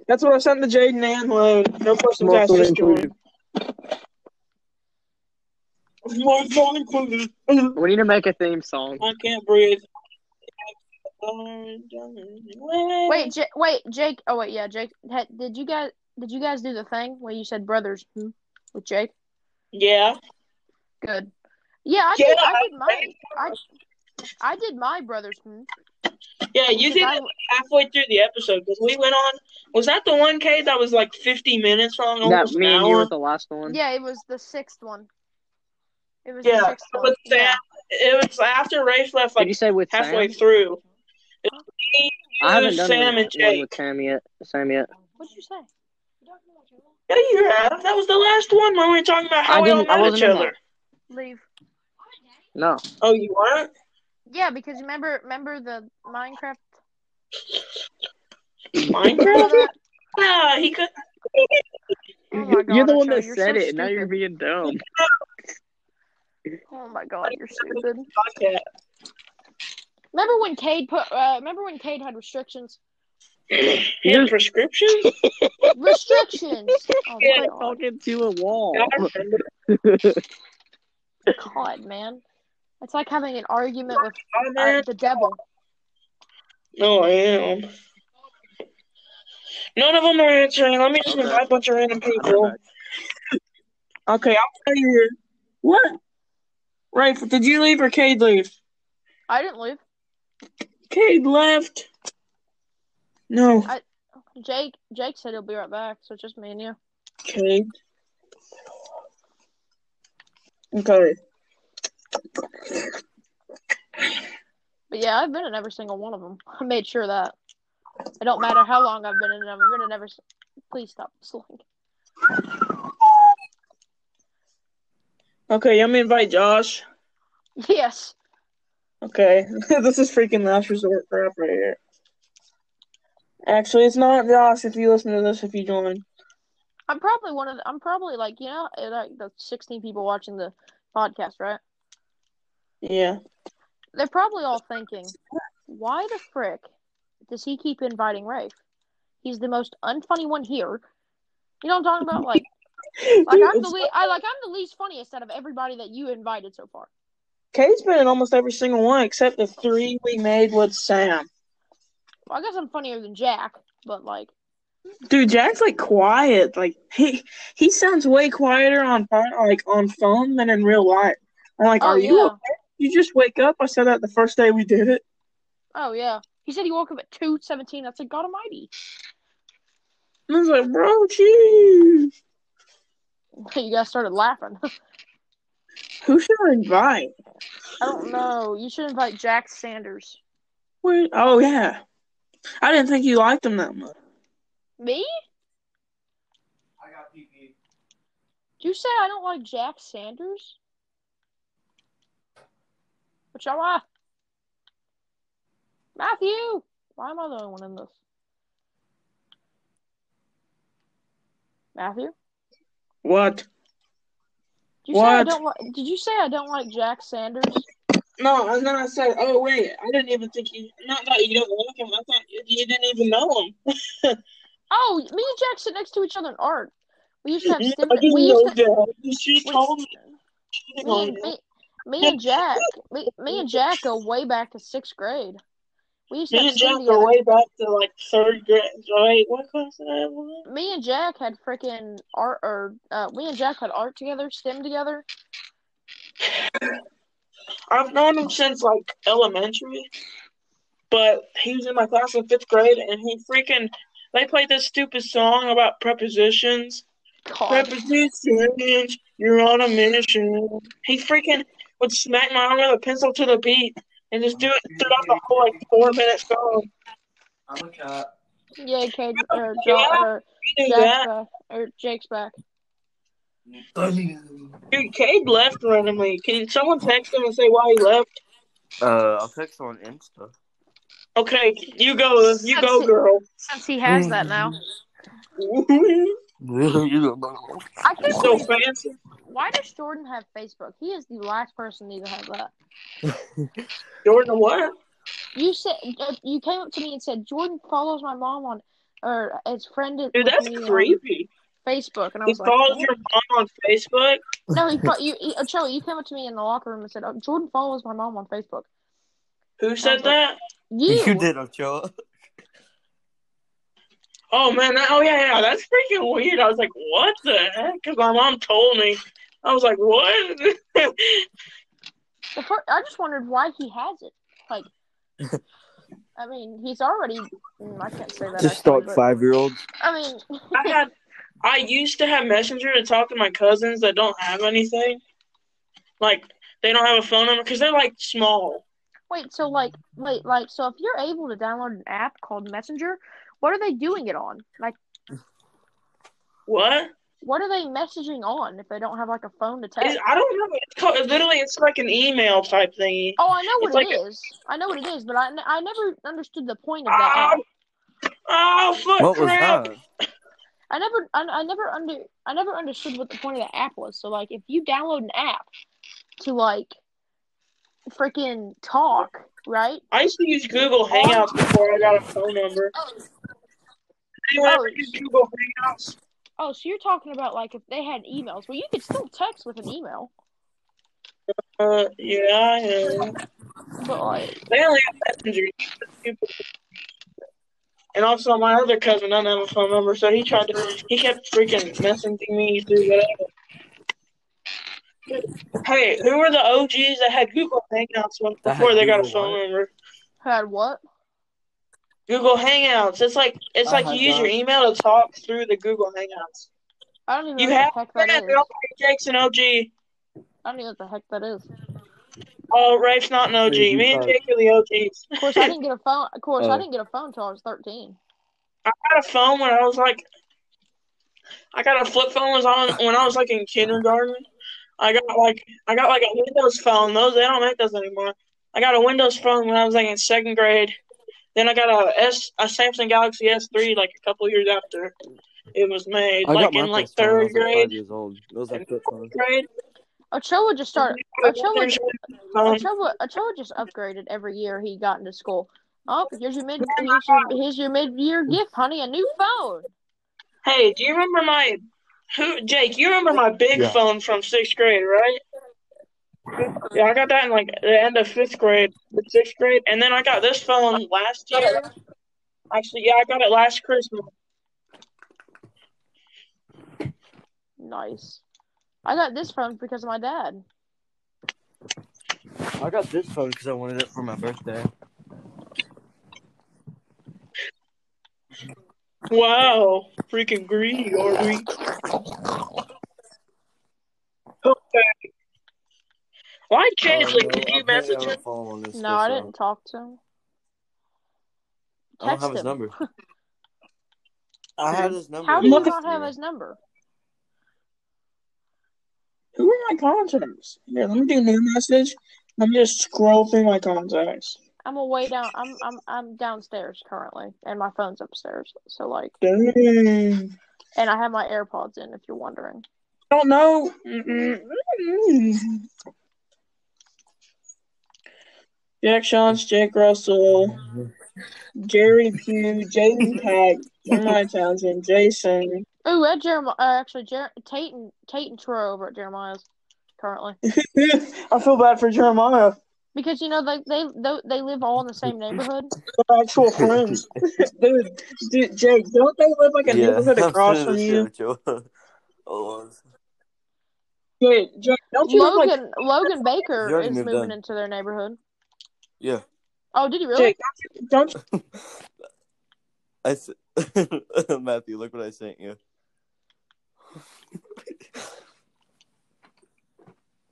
[SPEAKER 2] That's what I sent to Jaden and Load. No questions asked.
[SPEAKER 1] Multiple
[SPEAKER 2] Just join.
[SPEAKER 1] included.
[SPEAKER 2] Multiple included. I
[SPEAKER 1] We need to make a theme song.
[SPEAKER 2] can't breathe.
[SPEAKER 4] Wait, J- wait, Jake. Oh wait, yeah, Jake. Had, did you guys? Did you guys do the thing where you said brothers hmm, with Jake?
[SPEAKER 2] Yeah.
[SPEAKER 4] Good. Yeah, I did. I did my. I, I did my brothers. Hmm.
[SPEAKER 2] Yeah, you did
[SPEAKER 4] I,
[SPEAKER 2] it halfway through the episode because we went on. Was that the one K that was like fifty minutes long?
[SPEAKER 1] That
[SPEAKER 2] Almost
[SPEAKER 1] me
[SPEAKER 2] an
[SPEAKER 1] and you
[SPEAKER 2] hour?
[SPEAKER 1] were the last one.
[SPEAKER 4] yeah, it was the sixth one. It was the
[SPEAKER 2] Yeah,
[SPEAKER 4] sixth one.
[SPEAKER 2] with Sam. It was after Rafe left,
[SPEAKER 1] Did
[SPEAKER 2] like
[SPEAKER 1] you say with
[SPEAKER 2] halfway
[SPEAKER 1] Sam?
[SPEAKER 2] through.
[SPEAKER 1] I haven't
[SPEAKER 2] you,
[SPEAKER 1] done
[SPEAKER 2] Sam,
[SPEAKER 1] one,
[SPEAKER 2] and
[SPEAKER 1] one
[SPEAKER 2] Jake. Oh,
[SPEAKER 1] with Sam yet. Sam yet.
[SPEAKER 4] What'd you say?
[SPEAKER 2] Yeah, you have. That was the last one where we were talking about
[SPEAKER 1] I
[SPEAKER 2] how we all
[SPEAKER 1] didn't- I
[SPEAKER 2] met each
[SPEAKER 1] wasn't in
[SPEAKER 2] other.
[SPEAKER 4] Leave.
[SPEAKER 1] No.
[SPEAKER 2] Oh, you weren't?
[SPEAKER 4] Yeah, because remember, remember the Minecraft.
[SPEAKER 2] Minecraft? yeah, he could.
[SPEAKER 4] Oh my God,
[SPEAKER 1] you're the one
[SPEAKER 4] Arturo,
[SPEAKER 1] that
[SPEAKER 4] you're so
[SPEAKER 1] said it, and now you're
[SPEAKER 4] stupid.
[SPEAKER 1] being dumb.
[SPEAKER 4] Oh my god, you're stupid.
[SPEAKER 2] Fuck that.
[SPEAKER 4] Remember when Cade put? Uh, remember when Cade had restrictions?
[SPEAKER 2] He had prescriptions?
[SPEAKER 4] Restrictions. Oh my
[SPEAKER 2] Yeah,
[SPEAKER 4] god,
[SPEAKER 1] Talking to a wall.
[SPEAKER 2] Yeah, I remember.
[SPEAKER 4] god, man. It's like having an argument with
[SPEAKER 2] Oh,
[SPEAKER 4] uh,
[SPEAKER 2] man.
[SPEAKER 4] the devil.
[SPEAKER 2] No, I am. None of them are answering. Let me just
[SPEAKER 1] Okay.
[SPEAKER 2] invite a bunch of random
[SPEAKER 1] I'm
[SPEAKER 2] people.
[SPEAKER 1] back.
[SPEAKER 2] Okay, I'll tell you here. What? Rafe, did you leave or Cade leave?
[SPEAKER 4] I didn't leave.
[SPEAKER 2] Cade left. No,
[SPEAKER 4] I- Jake, Jake said he'll be right back, so it's just me and you.
[SPEAKER 2] Cade. Okay.
[SPEAKER 4] But yeah, I've been in every single one of them. I made sure of that it don't matter how long I've been in them. I've been in every. Please stop slowing.
[SPEAKER 2] Okay, let me invite Josh.
[SPEAKER 4] Yes.
[SPEAKER 2] Okay, this is freaking last resort crap right here. Actually, it's not Josh. If you listen to this, if you join,
[SPEAKER 4] I'm probably one of. The, I'm probably like you know eh, like the 16 people watching the podcast, right?
[SPEAKER 2] yeah.
[SPEAKER 4] They're probably all thinking, why the frick does he keep inviting Rafe? He's the most unfunny one here. You know what I'm talking about? Like, like I'm the le- I like I'm the least funniest out of everybody that you invited so far.
[SPEAKER 2] Kate's been in almost every single one except the three we made with Sam.
[SPEAKER 4] Well, I guess I'm funnier than Jack, but like,
[SPEAKER 2] Dude, Jack's like quiet. Like he he sounds way quieter on phone- like on phone than in real life. I'm like,
[SPEAKER 4] oh
[SPEAKER 2] are
[SPEAKER 4] yeah,
[SPEAKER 2] you okay? you just wake up? I said that the first day we did it.
[SPEAKER 4] oh yeah. He said he woke up at two seventeen. That's like God Almighty.
[SPEAKER 2] And I was like, bro, jeez,
[SPEAKER 4] you guys started laughing.
[SPEAKER 2] who should I invite?
[SPEAKER 4] I don't know. You should invite Jack Sanders.
[SPEAKER 2] Wait, oh yeah, I didn't think you liked him that much.
[SPEAKER 4] Me?
[SPEAKER 3] I got PP.
[SPEAKER 4] Did you say I don't like Jack Sanders? Which I like. Matthew! Why am I the only one in this? Matthew? Did
[SPEAKER 2] What?
[SPEAKER 4] you say I
[SPEAKER 2] What?
[SPEAKER 4] don't like did you say I don't like Jack Sanders?
[SPEAKER 2] No, and then I said, oh wait, I didn't even think you. Not that you don't like him. I thought you- you didn't even know him.
[SPEAKER 4] Oh, me and Jack sit next to each other in art. We used to have
[SPEAKER 2] Yeah,
[SPEAKER 4] stem-
[SPEAKER 2] I didn't
[SPEAKER 4] we used
[SPEAKER 2] know
[SPEAKER 4] to
[SPEAKER 2] that. She
[SPEAKER 4] we-
[SPEAKER 2] told me. She
[SPEAKER 4] me
[SPEAKER 2] told
[SPEAKER 4] and,
[SPEAKER 2] me.
[SPEAKER 4] me, me and Jack, me, me and Jack go way back to sixth grade. We used to
[SPEAKER 2] Me
[SPEAKER 4] have
[SPEAKER 2] and
[SPEAKER 4] STEM
[SPEAKER 2] Jack
[SPEAKER 4] together.
[SPEAKER 2] are way back to like third grade. Wait, what class did I have? in?
[SPEAKER 4] me and Jack had freaking art, or uh, we and Jack had art together, STEM together.
[SPEAKER 2] I've known him since like elementary, but he was in my class in fifth grade, and he freaking they played this stupid song about prepositions.
[SPEAKER 4] God,
[SPEAKER 2] Prepositions, you're on a mission. He freaking would smack my arm with a pencil to the beat and just do it throughout the whole like four minute song.
[SPEAKER 3] I'm a cat.
[SPEAKER 4] yeah, Cade, or,
[SPEAKER 2] Yeah,
[SPEAKER 4] Jack, or
[SPEAKER 2] He knew
[SPEAKER 4] Jack's
[SPEAKER 2] that.
[SPEAKER 4] back, or Jake's back.
[SPEAKER 2] Dude, Cade left randomly. Can someone text him and say why he left?
[SPEAKER 3] Uh, I'll text on Insta.
[SPEAKER 2] Okay, you go, you go,
[SPEAKER 4] That's it.
[SPEAKER 2] girl.
[SPEAKER 4] Since he has that now, I can't
[SPEAKER 2] so
[SPEAKER 4] believe.
[SPEAKER 2] fancy.
[SPEAKER 4] Why does Jordan have Facebook? He is the last person to even have that.
[SPEAKER 2] Jordan, what?
[SPEAKER 4] You said uh, you came up to me and said Jordan follows my mom on, or his friend is
[SPEAKER 2] Dude,
[SPEAKER 4] with
[SPEAKER 2] that's
[SPEAKER 4] me on
[SPEAKER 2] creepy.
[SPEAKER 4] Facebook, and I
[SPEAKER 2] He
[SPEAKER 4] was like,
[SPEAKER 2] follows
[SPEAKER 4] what?
[SPEAKER 2] your mom on Facebook.
[SPEAKER 4] no, he, fo- you, he, uh, Joey, you came up to me in the locker room and said, oh, Jordan follows my mom on Facebook.
[SPEAKER 2] Who said that?
[SPEAKER 4] You,
[SPEAKER 3] did, Ochoa.
[SPEAKER 2] Oh man, that, oh yeah, yeah, that's freaking weird. I was like, what the heck? Because my mom told me. I was like, what?
[SPEAKER 4] The fir- I just wondered why he has it. Like, I mean, he's already. mm, I can't say that.
[SPEAKER 3] Just
[SPEAKER 4] actually,
[SPEAKER 3] stalk
[SPEAKER 4] but-
[SPEAKER 3] five year olds.
[SPEAKER 4] I mean,
[SPEAKER 2] I had, I used to have Messenger to talk to my cousins that don't have anything. Like they don't have a phone number because they're like small.
[SPEAKER 4] wait. So like, wait, like, so if you're able to download an app called Messenger, what are they doing it on? Like,
[SPEAKER 2] What?
[SPEAKER 4] what are they messaging on if they don't have like a phone to text?
[SPEAKER 2] It's, I don't know. It's called, literally, it's like an email type thingy.
[SPEAKER 4] Oh, I know
[SPEAKER 2] it's
[SPEAKER 4] what it
[SPEAKER 2] like
[SPEAKER 4] is. I know what it is, but I, ne- I never understood the point of that app.
[SPEAKER 2] Oh, oh fuck!
[SPEAKER 3] What was
[SPEAKER 2] crap.
[SPEAKER 3] that?
[SPEAKER 4] I never, I, I never under, I never understood what the point of the app was. So like, if you download an app to like, freaking talk, right?
[SPEAKER 2] I used to use Google Hangouts before I got a phone number. Anyone ever
[SPEAKER 4] Oh.
[SPEAKER 2] use Google Hangouts?
[SPEAKER 4] Oh, so you're talking about like if they had emails? Well, you could still text with an email,
[SPEAKER 2] Uh, yeah, yeah.
[SPEAKER 4] but like,
[SPEAKER 2] They only have Messenger. And also, my other cousin doesn't have a phone number, so he tried to. He kept freaking messaging me through whatever. Hey, who were the OGs that had Google Hangouts when-
[SPEAKER 3] That had
[SPEAKER 2] before they got a
[SPEAKER 3] Google
[SPEAKER 2] phone
[SPEAKER 3] what?
[SPEAKER 2] number?
[SPEAKER 4] had what?
[SPEAKER 2] Google Hangouts. It's like it's
[SPEAKER 3] I
[SPEAKER 2] like
[SPEAKER 3] had
[SPEAKER 2] you use
[SPEAKER 3] that.
[SPEAKER 2] your email to talk through the Google Hangouts.
[SPEAKER 4] I don't even
[SPEAKER 2] You
[SPEAKER 4] know
[SPEAKER 2] have
[SPEAKER 4] what the heck that
[SPEAKER 2] Yeah,
[SPEAKER 4] is.
[SPEAKER 2] they're all like Jake's an OG.
[SPEAKER 4] I don't even know what the heck that is.
[SPEAKER 2] Oh, Rafe's not an OG.
[SPEAKER 3] Crazy
[SPEAKER 2] Me and
[SPEAKER 3] fuck.
[SPEAKER 2] Jake are the OGs.
[SPEAKER 4] Of course, I didn't get a phone. Of course, I
[SPEAKER 3] Oh.
[SPEAKER 4] didn't get a phone till I was thirteen.
[SPEAKER 2] I got a phone when I was like, I got a flip phone was on when I was like in kindergarten. I got like I got like a Windows phone. Those they don't make those anymore. I got a Windows phone when I was like in second grade. Then I got a S a Samsung Galaxy S three like a couple years after it was made.
[SPEAKER 3] I
[SPEAKER 2] like
[SPEAKER 3] got my
[SPEAKER 2] in like
[SPEAKER 3] first phone when
[SPEAKER 2] third
[SPEAKER 3] I was like five
[SPEAKER 2] grade.
[SPEAKER 3] years old. It was like flip phone.
[SPEAKER 2] Grade.
[SPEAKER 4] Ochoa just started.
[SPEAKER 2] I got a
[SPEAKER 4] Ochoa,
[SPEAKER 2] phone.
[SPEAKER 4] Ochoa, Ochoa uh, just upgraded every year he got into school. Oh, here's your mid. Here's your here's your mid-year gift, honey. A new phone.
[SPEAKER 2] Hey, do you remember my who Jake, you remember my big
[SPEAKER 3] Yeah.
[SPEAKER 2] phone from sixth grade, right? Yeah, I got that in like the end of fifth grade, sixth grade, and then I got this phone last year. Actually, yeah, I got it last Christmas.
[SPEAKER 4] Nice. I got this phone because of my dad.
[SPEAKER 3] I got this phone because I wanted it for my birthday.
[SPEAKER 2] Wow, freaking greedy, are we? Okay. Why
[SPEAKER 3] Um,
[SPEAKER 2] change? Like, did you message him?
[SPEAKER 3] Follow on this
[SPEAKER 4] No, I didn't talk to him.
[SPEAKER 3] I don't have
[SPEAKER 4] Text
[SPEAKER 3] his
[SPEAKER 4] him.
[SPEAKER 3] number. I had his number.
[SPEAKER 4] How do you
[SPEAKER 2] Look-
[SPEAKER 4] not have his number?
[SPEAKER 2] Who are my contacts? Here, let me do new message. Let me just scroll through my contacts.
[SPEAKER 4] I'm away down. I'm I'm I'm downstairs currently, and my phone's upstairs. So like,
[SPEAKER 2] Dang.
[SPEAKER 4] and I have my AirPods in. If you're wondering,
[SPEAKER 2] Don't know. Mm-mm. Jack Shawns, Jake Russell. Jerry Pugh, Jaden Pack, Jeremiah Townsend, Jason.
[SPEAKER 4] oh, at Jeremiah, uh, actually, Jer- Tate and Tate and Troy over at Jeremiah's currently
[SPEAKER 2] I feel bad for Jeremiah.
[SPEAKER 4] because you know they they they, they live all in the same neighborhood.
[SPEAKER 2] They're actual friends. dude, dude, Jake, don't they live like a neighborhood across from you?
[SPEAKER 3] oh,
[SPEAKER 2] Jake, Jake, don't you live like
[SPEAKER 4] Logan Logan
[SPEAKER 3] You
[SPEAKER 4] Baker
[SPEAKER 3] already
[SPEAKER 4] is
[SPEAKER 3] moved
[SPEAKER 4] moving
[SPEAKER 3] in.
[SPEAKER 4] into their neighborhood.
[SPEAKER 3] yeah.
[SPEAKER 4] Oh, did he really?
[SPEAKER 2] Jake? Don't you, don't you,
[SPEAKER 3] I s- Matthew, look what I sent you.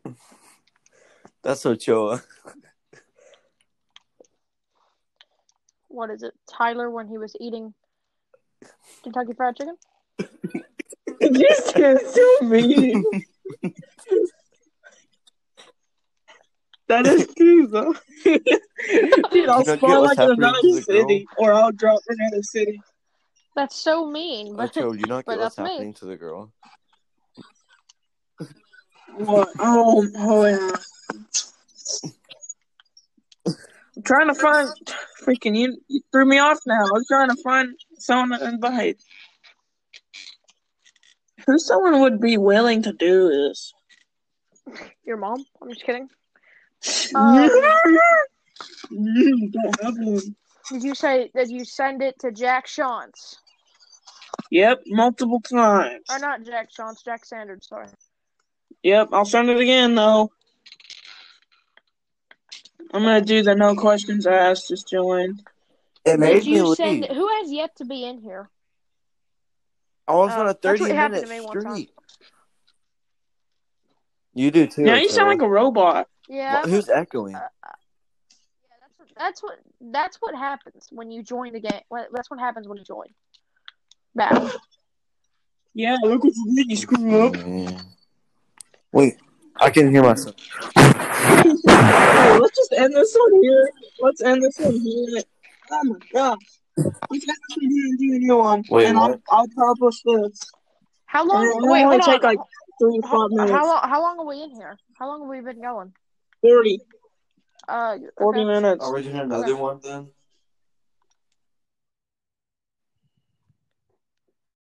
[SPEAKER 3] That's Ochoa.
[SPEAKER 4] What is it, Tyler? When he was eating Kentucky Fried Chicken?
[SPEAKER 2] this is so mean. That is true, though. Dude, I'll
[SPEAKER 3] You don't get
[SPEAKER 2] spawn
[SPEAKER 3] what's
[SPEAKER 2] like in
[SPEAKER 3] happening
[SPEAKER 2] another
[SPEAKER 3] to the girl?
[SPEAKER 2] city, or I'll drop in another city.
[SPEAKER 4] That's so mean. But
[SPEAKER 3] Ochoa, you not
[SPEAKER 4] but
[SPEAKER 3] get what's
[SPEAKER 4] that's me.
[SPEAKER 3] happening to the girl.
[SPEAKER 2] What? Oh, oh yeah. I'm trying to find freaking you, you threw me off now. I was trying to find someone to invite. Who someone would be willing to do this?
[SPEAKER 4] your mom? I'm just kidding. Um,
[SPEAKER 2] Mm, Don't have one.
[SPEAKER 4] Did you say that you send it to Jack Shantz?
[SPEAKER 2] Yep, multiple times.
[SPEAKER 4] Or not Jack Johns, Jack Sanders, sorry.
[SPEAKER 2] Yep, I'll send it again though. I'm gonna do the no questions asked. Just join.
[SPEAKER 3] It made
[SPEAKER 4] Did
[SPEAKER 3] me
[SPEAKER 4] you
[SPEAKER 3] leave.
[SPEAKER 4] send who has yet to be in here?
[SPEAKER 3] I was
[SPEAKER 4] Oh,
[SPEAKER 3] on a
[SPEAKER 4] that's what
[SPEAKER 3] 30
[SPEAKER 4] happened to
[SPEAKER 3] minute
[SPEAKER 4] me one time.
[SPEAKER 3] streak. You do too.
[SPEAKER 2] now you sound like a robot.
[SPEAKER 4] Yeah.
[SPEAKER 3] Wh- Who's echoing?
[SPEAKER 4] Uh, uh, yeah, that's what, that's what that's what happens when you join the game. Well, That's what happens when you join. Now,
[SPEAKER 2] Yeah, look what you did. You screw up.
[SPEAKER 3] Mm. Wait, I can hear myself.
[SPEAKER 2] Hey, let's just end this one here. Let's end this one here. Oh my gosh. Let's end this one here and do a new one.
[SPEAKER 3] Wait,
[SPEAKER 2] and
[SPEAKER 3] what?
[SPEAKER 2] I'll, I'll publish this.
[SPEAKER 4] how
[SPEAKER 2] And
[SPEAKER 4] long?
[SPEAKER 2] it'll
[SPEAKER 4] Wait,
[SPEAKER 2] only
[SPEAKER 4] hold on.
[SPEAKER 2] take like three to
[SPEAKER 4] how,
[SPEAKER 2] five minutes.
[SPEAKER 4] how long? How long are we in here? How long have we been going?
[SPEAKER 2] 30,
[SPEAKER 4] Uh,
[SPEAKER 2] 40
[SPEAKER 4] okay.
[SPEAKER 2] minutes.
[SPEAKER 3] Are we doing another one then?